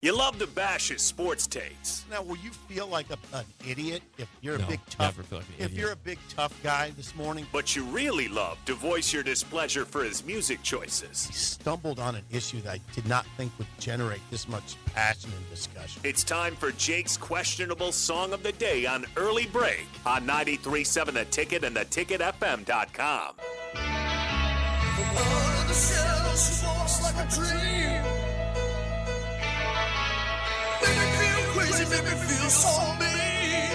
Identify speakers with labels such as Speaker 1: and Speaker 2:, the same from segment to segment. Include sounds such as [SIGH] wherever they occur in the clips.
Speaker 1: You love to bash his sports takes.
Speaker 2: Now, will you feel like a, an idiot if you're a
Speaker 3: No,
Speaker 2: big tough?
Speaker 3: never feel like an
Speaker 2: if
Speaker 3: idiot.
Speaker 2: you're a big tough guy this morning,
Speaker 1: But you really love to voice your displeasure for his music choices.
Speaker 2: I stumbled on an issue that I did not think would generate this much passion and discussion.
Speaker 1: It's time for Jake's questionable song of the day on Early Break on 93.7 The Ticket and theticketfm.com.
Speaker 4: Out of the shell, she walks like a dream. Made me feel crazy, made me feel so mean.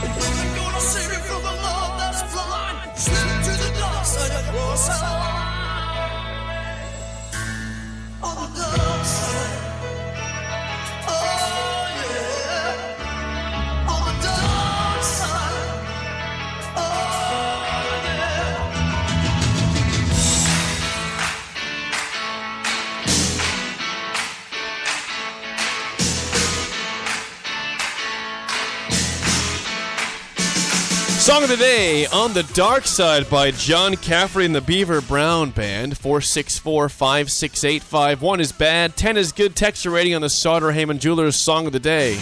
Speaker 4: Nothing gonna save me from the love that's blind. Slip to the dark side of your side. On the dark side. Oh, yeah. On the dark side. Oh, yeah.
Speaker 3: Song of the day on the dark side by John Caffrey and the Beaver Brown Band. 464 568 1 is bad. 10 is good. Texture rating on the Sauter Heyman Jewelers Song of the Day.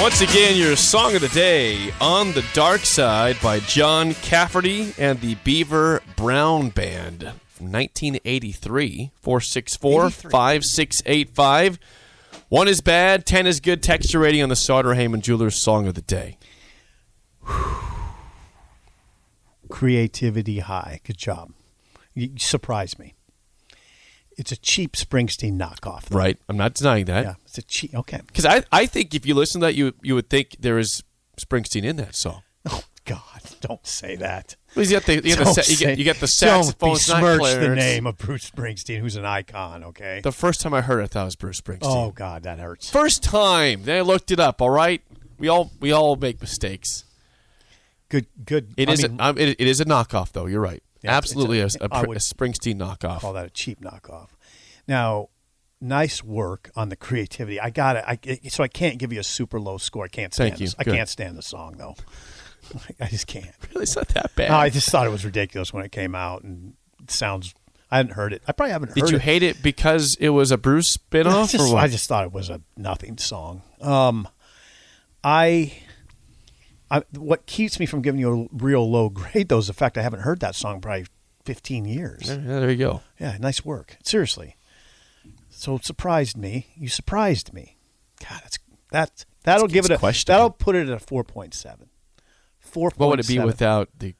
Speaker 3: Once again, your Song of the Day on the dark side by John Cafferty and the Beaver Brown Band. 1983. 464 5685. 1 is bad. 10 is good. Texture rating on the Sauter Heyman Jewelers Song of the Day.
Speaker 5: creativity high. Good job. You you surprised me. It's a cheap Springsteen knockoff. though.
Speaker 3: Right. I'm not denying
Speaker 5: Yeah,
Speaker 3: that.
Speaker 5: it's a cheap. Okay.
Speaker 3: Because I, I think if you listen to that, you you would think there is Springsteen in that song.
Speaker 5: Oh God, don't say that.
Speaker 3: Because You got the, you got the,
Speaker 5: Don't
Speaker 3: sa- you
Speaker 5: say-
Speaker 3: get, you got the
Speaker 5: Don't
Speaker 3: saxophone it's not
Speaker 5: besmirch the
Speaker 3: Clarence.
Speaker 5: name of Bruce Springsteen, who's an icon. Okay.
Speaker 3: The first time I heard it, I thought it was Bruce Springsteen.
Speaker 5: oh God, that hurts.
Speaker 3: First time. Then I looked it up, all right? We all we all make mistakes.
Speaker 5: Good. Good.
Speaker 3: It
Speaker 5: I
Speaker 3: is
Speaker 5: mean,
Speaker 3: a, um, it, it is a knockoff, though. You're right.
Speaker 5: Yeah, it's- it's
Speaker 3: Absolutely a,
Speaker 5: a-
Speaker 3: a,
Speaker 5: I
Speaker 3: pr-
Speaker 5: would-
Speaker 3: a Springsteen knockoff.
Speaker 5: call that a cheap knockoff. Now, nice work on the creativity. I got it. I, so I can't give you a super low score. I can't stand.
Speaker 3: Thank you.
Speaker 5: this- I
Speaker 3: Good.
Speaker 5: can't stand the song though. [LAUGHS] I just can't.
Speaker 3: It's not that bad.
Speaker 5: No, I just thought it was ridiculous when it came out, and it sounds. I hadn't heard it. I probably haven't heard
Speaker 3: Did you
Speaker 5: it.
Speaker 3: hate it because it was a Bruce spinoff?
Speaker 5: I just,
Speaker 3: or what?
Speaker 5: I just thought it was a nothing song. Um, I, I what keeps me from giving you a real low [LAUGHS] grade though is the fact I haven't heard that song in probably fifteen years.
Speaker 3: yeah,
Speaker 5: Yeah,
Speaker 3: there you go.
Speaker 5: nice work. Seriously. So it surprised me. You surprised me. God, that's that that'll give it
Speaker 3: it's
Speaker 5: a
Speaker 3: questionable.
Speaker 5: that'll put it at a four point seven. Four.
Speaker 3: What would it be without the,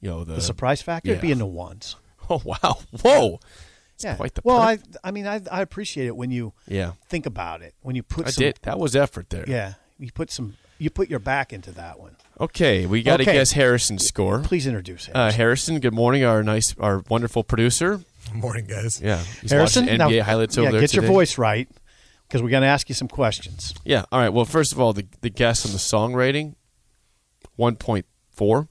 Speaker 3: you know, the,
Speaker 5: the surprise factor? It'd be
Speaker 3: yeah.
Speaker 5: in the ones.
Speaker 3: [LAUGHS] Oh wow! Whoa! It's
Speaker 5: yeah.
Speaker 3: quite the
Speaker 5: well,
Speaker 3: perk.
Speaker 5: I I mean I I appreciate it when you
Speaker 3: yeah.
Speaker 5: think about it when you put
Speaker 3: I
Speaker 5: some
Speaker 3: did. That was effort there.
Speaker 5: Yeah, you put some. You put your back into that one.
Speaker 3: Okay, we got to
Speaker 5: Okay.
Speaker 3: guess Harrison's score.
Speaker 5: Please introduce him.
Speaker 3: Uh, Harrison, good morning. Our nice, our wonderful producer.
Speaker 6: Morning, guys.
Speaker 3: Yeah, he's
Speaker 5: Harrison,
Speaker 3: watching
Speaker 5: now-
Speaker 3: NBA highlights over
Speaker 5: yeah,
Speaker 3: there.
Speaker 5: get your
Speaker 3: today.
Speaker 5: voice right because we're going to ask you some questions.
Speaker 3: Yeah. All right. Well, first of all, the the guess on the song rating, one point four.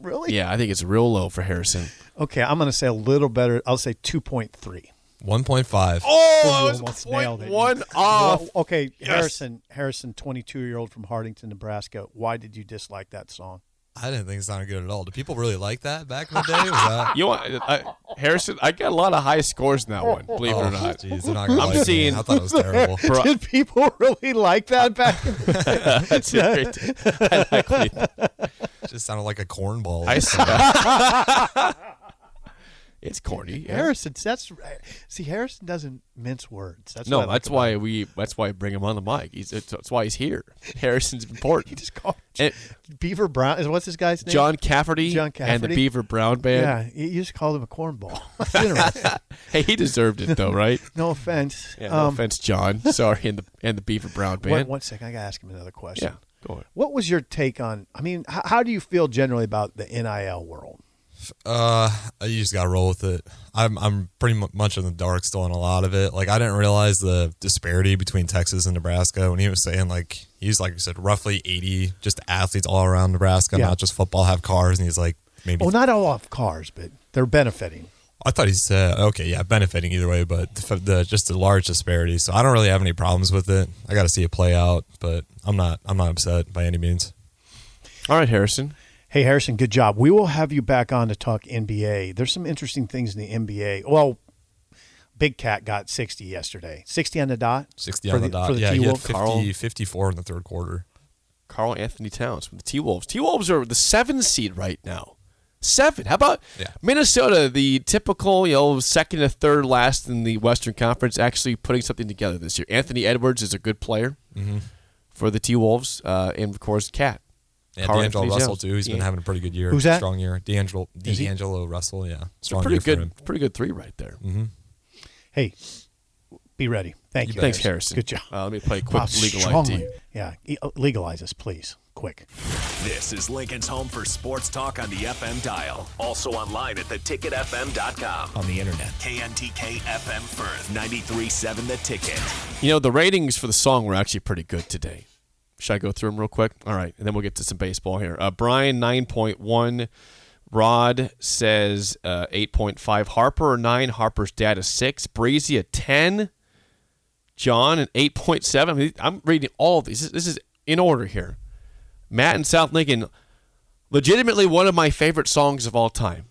Speaker 5: Really?
Speaker 3: Yeah, I think it's real low for Harrison.
Speaker 5: Okay, I'm going to say a little better. I'll say two point three.
Speaker 6: 1.5.
Speaker 3: Oh,
Speaker 5: I was almost nailed it.
Speaker 3: one off.
Speaker 5: okay, Harrison, Harrison, 22 year old from Hardington, Nebraska. Why did you dislike that song?
Speaker 6: I didn't think it sounded good at all. Do people really like that back in the day?
Speaker 3: [LAUGHS]
Speaker 6: Was that-
Speaker 3: You want I, Harrison? I got a lot of high scores in that one. Believe
Speaker 5: Oh.
Speaker 3: it or not.
Speaker 5: [LAUGHS]
Speaker 6: Oh, Jeez, they're not gonna
Speaker 3: I'm
Speaker 6: like me.
Speaker 3: seeing-
Speaker 6: I thought it was terrible.
Speaker 3: [LAUGHS] Bro-
Speaker 5: Did people [LAUGHS] really like that back?
Speaker 3: [LAUGHS]
Speaker 5: in the-
Speaker 3: That's a great. I like when you-
Speaker 6: It just sounded like a cornball.
Speaker 3: I saw- it's corny. yeah.
Speaker 5: Harrison, that's see, Harrison doesn't mince words. That's
Speaker 3: No,
Speaker 5: what I like
Speaker 3: that's
Speaker 5: about
Speaker 3: why
Speaker 5: him.
Speaker 3: we. That's why I bring him on the mic. He's. It's, that's why he's here. Harrison's
Speaker 5: he
Speaker 3: important.
Speaker 5: just called
Speaker 3: And
Speaker 5: Beaver Brown. Is what's this guy's name?
Speaker 3: Eh, John Cafferty,
Speaker 5: John
Speaker 3: and the
Speaker 5: Cafferty?
Speaker 3: Beaver Brown Band.
Speaker 5: Yeah, you you just called him a cornball. [LAUGHS] That's interesting.
Speaker 3: Hey, he deserved it though,
Speaker 6: [LAUGHS]
Speaker 3: right?
Speaker 5: no offense.
Speaker 3: Yeah, no offense, John. Sorry, and the and the Beaver Brown
Speaker 5: Um, one-
Speaker 3: Band.
Speaker 5: one second, I gotta ask him another question.
Speaker 3: yeah, go on.
Speaker 5: What was your take on? I mean, h- how do you feel generally about the NIL world?
Speaker 6: Uh, you just gotta roll with it. I'm I'm pretty mu- much in the dark still on a lot of it. Like I didn't realize the disparity between Texas and Nebraska when he was saying like he's like you said roughly 80 just athletes all around Nebraska,
Speaker 5: Yeah.
Speaker 6: not just football, have cars, and he's like maybe.
Speaker 5: Well, not all off cars, but they're benefiting.
Speaker 6: I thought he said okay, yeah, benefiting either way, but the, the just the large disparity. So I don't really have any problems with it. I got to see it play out, but I'm not I'm not upset by any means.
Speaker 3: All right, Harrison.
Speaker 5: Hey, Harrison, good job. We will have you back on to talk NBA. There's some interesting things in the NBA. Well, Big Cat got 60 yesterday. 60 on the dot?
Speaker 6: 60
Speaker 5: For
Speaker 6: on the,
Speaker 5: the-
Speaker 6: dot.
Speaker 5: for the
Speaker 6: yeah, he had
Speaker 5: T-Wolves?
Speaker 6: 50,
Speaker 3: Carl.
Speaker 6: 54 in the third quarter.
Speaker 3: Carl Anthony Towns from the T Wolves. T Wolves are the seven seed right now. Seven. How about
Speaker 6: Yeah.
Speaker 3: Minnesota, the typical, you know, second to third last in the Western Conference, actually putting something together this year. Anthony Edwards is a good player
Speaker 6: Mm-hmm.
Speaker 3: for the T Wolves, uh, and of course, Cat.
Speaker 6: Yeah,
Speaker 3: Carl
Speaker 6: D'Angelo
Speaker 3: Anthony
Speaker 6: Russell
Speaker 3: Towns.
Speaker 6: too. He's been
Speaker 3: Yeah.
Speaker 6: having a pretty good year.
Speaker 5: Who's that?
Speaker 6: Strong year. D'Angelo
Speaker 5: Is he-
Speaker 6: D'Angelo Russell. Yeah,
Speaker 3: It's a
Speaker 6: strong
Speaker 3: pretty
Speaker 6: year for him.
Speaker 3: good, pretty good three right there.
Speaker 5: Hey, be ready. Thank you.
Speaker 6: You bet.
Speaker 3: Thanks, Harrison.
Speaker 5: Good job.
Speaker 3: Uh, let me play a quick
Speaker 5: Wow,
Speaker 3: legal
Speaker 5: strongly.
Speaker 3: ID.
Speaker 5: Yeah, e- legalize us, please. Quick.
Speaker 1: This is Lincoln's home for sports talk on the FM dial. Also online at theticketfm.com.
Speaker 6: on the internet.
Speaker 1: KNTK FM Firth, 93.7 The Ticket.
Speaker 3: You know, the ratings for the song were actually pretty good today. Should I go through them real quick? All right, and then we'll get to some baseball here. Uh, Brian, 9.1. Rod says uh, 8.5. Harper, a 9. Harper's dad, a 6. Breezy, a 10. John, an 8.7. I mean, I'm reading all of these. This, this is in order here. Matt in South Lincoln, legitimately one of my favorite songs of all time.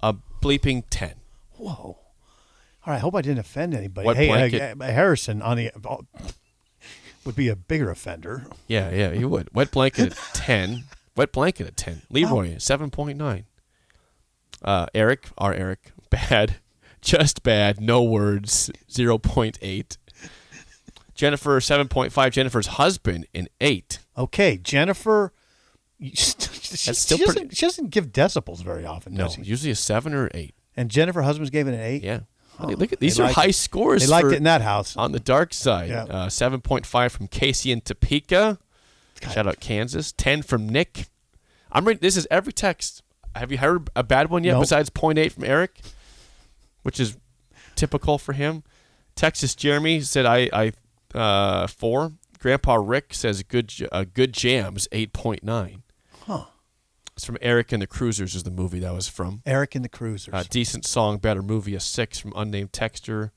Speaker 3: A bleeping 10.
Speaker 5: Whoa. All right. I hope I didn't offend anybody.
Speaker 3: Wet
Speaker 5: hey,
Speaker 3: blanket.
Speaker 5: uh, Harrison on the oh, would be a bigger offender.
Speaker 3: Yeah, yeah, you would. Wet blanket
Speaker 5: [LAUGHS]
Speaker 3: at ten. Wet blanket at ten. Leroy
Speaker 5: Oh.
Speaker 3: at seven point nine. Uh, Eric, our Eric, [LAUGHS] bad, just bad. No words. Zero point eight. Jennifer seven point five. Jennifer's husband an eight.
Speaker 5: Okay, Jennifer. [LAUGHS] She, she
Speaker 3: still
Speaker 5: doesn't,
Speaker 3: pretty-
Speaker 5: she doesn't give decibels very often,
Speaker 3: No,
Speaker 5: does she?
Speaker 3: usually a seven or eight.
Speaker 5: And Jennifer husband's gave it an eight.
Speaker 3: Yeah. I mean, look at these
Speaker 5: They
Speaker 3: are
Speaker 5: liked
Speaker 3: high
Speaker 5: it.
Speaker 3: scores.
Speaker 5: They liked
Speaker 3: for-
Speaker 5: it in that house.
Speaker 3: on the dark side.
Speaker 5: Yeah.
Speaker 3: Uh, seven point five from Casey and Topeka. Shout out Kansas. Ten from Nick. I'm reading. This is every text. Have you heard a bad one yet?
Speaker 5: Nope.
Speaker 3: Besides point eight from Eric, which is typical for him. Texas Jeremy said I I uh, four. Grandpa Rick says good j- uh, good jams eight point nine. Huh. It's from Eric and the Cruisers is the movie that was from.
Speaker 5: Eric and the Cruisers.
Speaker 3: Uh, decent song, better movie, a six from unnamed texture.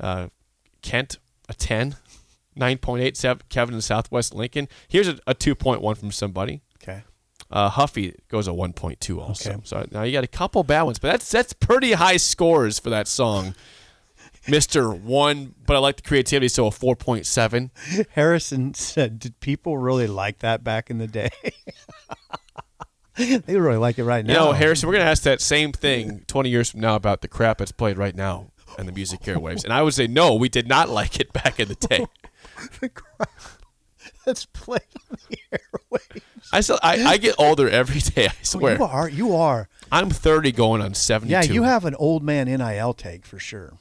Speaker 3: Uh, Kent, a 10. 9.87, Kevin in Southwest Lincoln. Here's a, a 2.1 from somebody.
Speaker 5: okay.
Speaker 3: Uh, Huffy goes a 1.2 also.
Speaker 5: Okay.
Speaker 3: So now you got a couple bad ones, but that's that's pretty high scores for that song. Mr. One, but I like the creativity, so a 4.7.
Speaker 5: Harrison said, "Did people really like that back in the day? [LAUGHS] they really like it right
Speaker 3: You
Speaker 5: now."
Speaker 3: know,
Speaker 5: [LAUGHS]
Speaker 3: Harrison, we're going to ask that same thing 20 years from now about the crap that's played right now and the music airwaves. And I would say, no, we did not like it back in the day.
Speaker 5: that's playing on the airwaves.
Speaker 3: I still, I, I get older every day. I swear.
Speaker 5: Well, you are. You are.
Speaker 3: I'm 30 going on 72.
Speaker 5: Yeah, you have an old man NIL take for sure.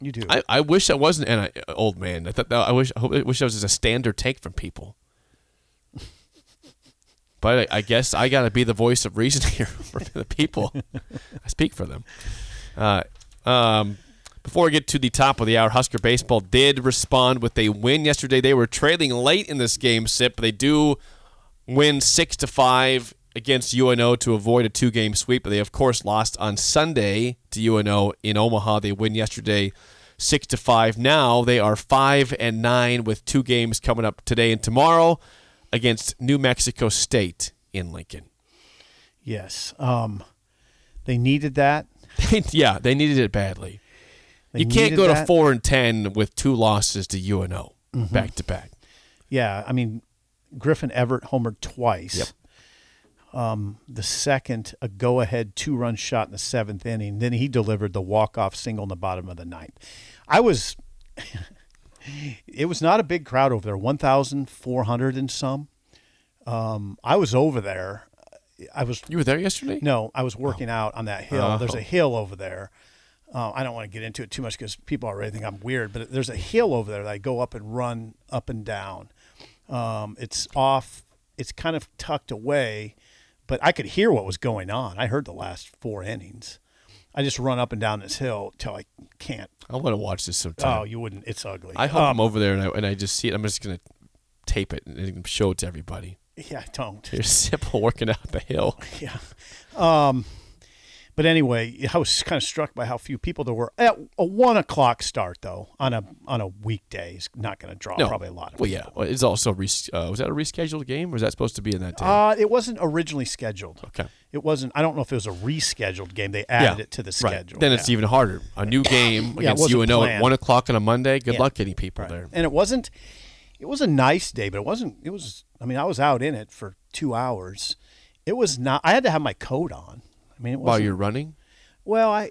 Speaker 5: You do.
Speaker 3: I, I wish I wasn't an uh, old man. I thought I wish I hope- I wish I was just a standard take from
Speaker 5: [LAUGHS]
Speaker 3: people. But I, I guess I got to be the voice of reason [LAUGHS] here for the people. I speak for them. Uh, um, before we get to the top of the hour, Husker baseball did respond with a win yesterday. They were trailing late in this game, sip. But they do win six to five against UNO to avoid a two-game sweep. But they, of course, lost on Sunday to UNO in Omaha. They win yesterday, six to five. Now they are five and nine with two games coming up today and tomorrow against New Mexico State in Lincoln. [LAUGHS]
Speaker 5: yes. Um, they needed that.
Speaker 3: yeah, they needed it badly.
Speaker 5: They
Speaker 3: you can't
Speaker 5: needed
Speaker 3: go to
Speaker 5: that. Mm-hmm.
Speaker 3: four and ten with two losses to UNO back to back.
Speaker 5: Yeah, I mean, Griffin Everett homered twice.
Speaker 3: Yep.
Speaker 5: Um, the second, a go-ahead two-run shot in the seventh inning. Then he delivered the walk-off single in the bottom of the ninth. I was. [LAUGHS] it was not a big crowd over there. One thousand four hundred and some. Um, I was over there. I was
Speaker 3: You were there yesterday?
Speaker 5: no, I was working out on that hill. There's
Speaker 3: Oh.
Speaker 5: a hill over there. Uh, I don't want to get into it too much because people already think I'm weird, but there's a hill over there that I go up and run up and down. Um, it's off, it's kind of tucked away, but I could hear what was going on. I heard the last four innings. I just run up and down this hill till I can't.
Speaker 3: I want to watch this sometime.
Speaker 5: Oh, you wouldn't. It's ugly.
Speaker 3: I hope I'm over there and I, and I just see it. I'm just gonna tape it and show it to everybody. [LAUGHS]
Speaker 5: Oh, Yeah, I don't.
Speaker 3: There's simple working up a hill.
Speaker 5: Yeah. Um, but anyway, I was kind of struck by how few people there were at a one o'clock start though on a on a weekday is not going to draw
Speaker 3: No,
Speaker 5: Oh, probably a lot. Of
Speaker 3: Well, yeah. Well, It's also res- uh, was that a rescheduled game? or Was that supposed to be in that day?
Speaker 5: Uh, it wasn't originally scheduled.
Speaker 3: Okay.
Speaker 5: It wasn't. I don't know if it was a rescheduled game. They added it to the
Speaker 3: right.
Speaker 5: schedule.
Speaker 3: Then it's
Speaker 5: Yeah.
Speaker 3: even harder. A new game
Speaker 5: Yeah, it
Speaker 3: against
Speaker 5: wasn't
Speaker 3: UNO at
Speaker 5: planned.
Speaker 3: one o'clock on a Monday. Good
Speaker 5: Yeah.
Speaker 3: luck getting people there.
Speaker 5: and it wasn't. It was a nice day, but it wasn't. It was. I mean, I was out in it for two hours. It was not. I had to have my coat on. I mean, it
Speaker 3: While
Speaker 5: was
Speaker 3: you're running,
Speaker 5: well. I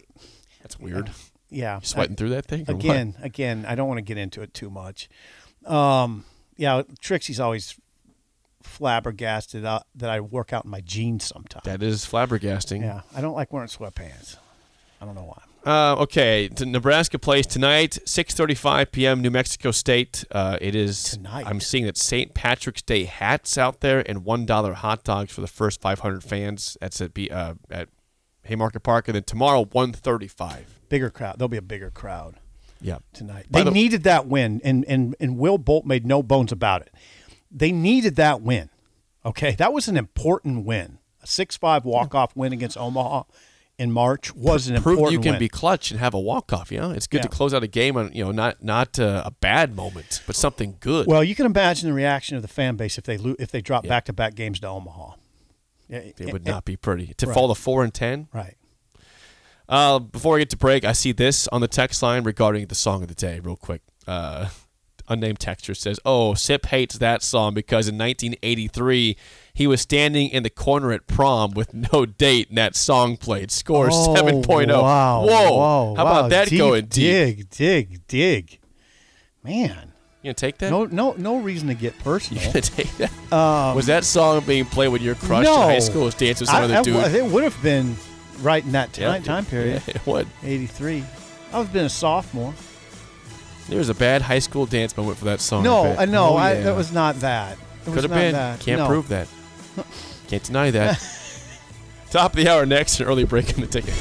Speaker 3: that's weird.
Speaker 5: yeah.
Speaker 3: Sweating through that thing or [LAUGHS] what?
Speaker 5: again, again, I don't want to get into it too much. Um, yeah, Trixie's always flabbergasted uh, that I work out in my jeans sometimes.
Speaker 3: That is flabbergasting.
Speaker 5: yeah, I don't like wearing sweatpants. I don't know why.
Speaker 3: Uh, okay, t- Nebraska plays tonight, 6:35 p.m. New Mexico State. Uh, it is
Speaker 5: Tonight.
Speaker 3: I'm seeing that St. Patrick's Day hats out there and one dollar hot dogs for the first 500 fans. That's at B, uh, at Haymarket Park, and then tomorrow 1:35.
Speaker 5: Bigger crowd. There'll be a bigger crowd
Speaker 3: Yeah,
Speaker 5: tonight.
Speaker 3: By
Speaker 5: They
Speaker 3: the-
Speaker 5: needed that win, and and and Will Bolt made no bones about it. They needed that win. Okay, that was an important win. A six-five walk-off win against Omaha in March was an
Speaker 3: prove
Speaker 5: important
Speaker 3: you can
Speaker 5: win.
Speaker 3: be clutch and have a walk off. Yeah, it's good to
Speaker 5: Yeah.
Speaker 3: close out a game on you know not not uh, a bad moment, but something good.
Speaker 5: Well, you can imagine the reaction of the fan base if they lo- if they drop back to back games to Omaha. Yeah,
Speaker 3: it
Speaker 5: eh,
Speaker 3: would
Speaker 5: eh,
Speaker 3: not be pretty to
Speaker 5: Right.
Speaker 3: fall to four and ten.
Speaker 5: right.
Speaker 3: Uh, before I get to break, I see this on the text line regarding the song of the day, real quick. Uh, unnamed texture says, "Oh, Sip hates that song because in 1983 he was standing in the corner at prom with no date, and that song played. Score
Speaker 5: Oh,
Speaker 3: 7.0.
Speaker 5: Wow,
Speaker 3: whoa!
Speaker 5: wow,
Speaker 3: How
Speaker 5: wow.
Speaker 3: about that
Speaker 5: Deep
Speaker 3: going deep?
Speaker 5: Dig, dig, dig. Man,
Speaker 3: You gonna take that?
Speaker 5: no, no, no reason to get
Speaker 3: [LAUGHS]
Speaker 5: personal.
Speaker 3: You gonna [LAUGHS] take that? was that song being played when your crush
Speaker 5: no.
Speaker 3: in high school was dancing with some
Speaker 5: I-
Speaker 3: other
Speaker 5: I-
Speaker 3: dude?
Speaker 5: it would have been right in that
Speaker 3: Yeah,
Speaker 5: time, time period,
Speaker 3: Yeah, [LAUGHS] what?
Speaker 5: '83. I would have been a sophomore.
Speaker 3: There was a bad high school dance moment for that song.
Speaker 5: No,
Speaker 3: bet.
Speaker 5: I know.
Speaker 3: Oh,
Speaker 5: I,
Speaker 3: yeah.
Speaker 5: that was not that. It was
Speaker 3: Could have
Speaker 5: not
Speaker 3: been.
Speaker 5: That.
Speaker 3: Can't
Speaker 5: No. [LAUGHS]
Speaker 3: prove that. Can't deny that. Top of the hour next, an early break in the ticket.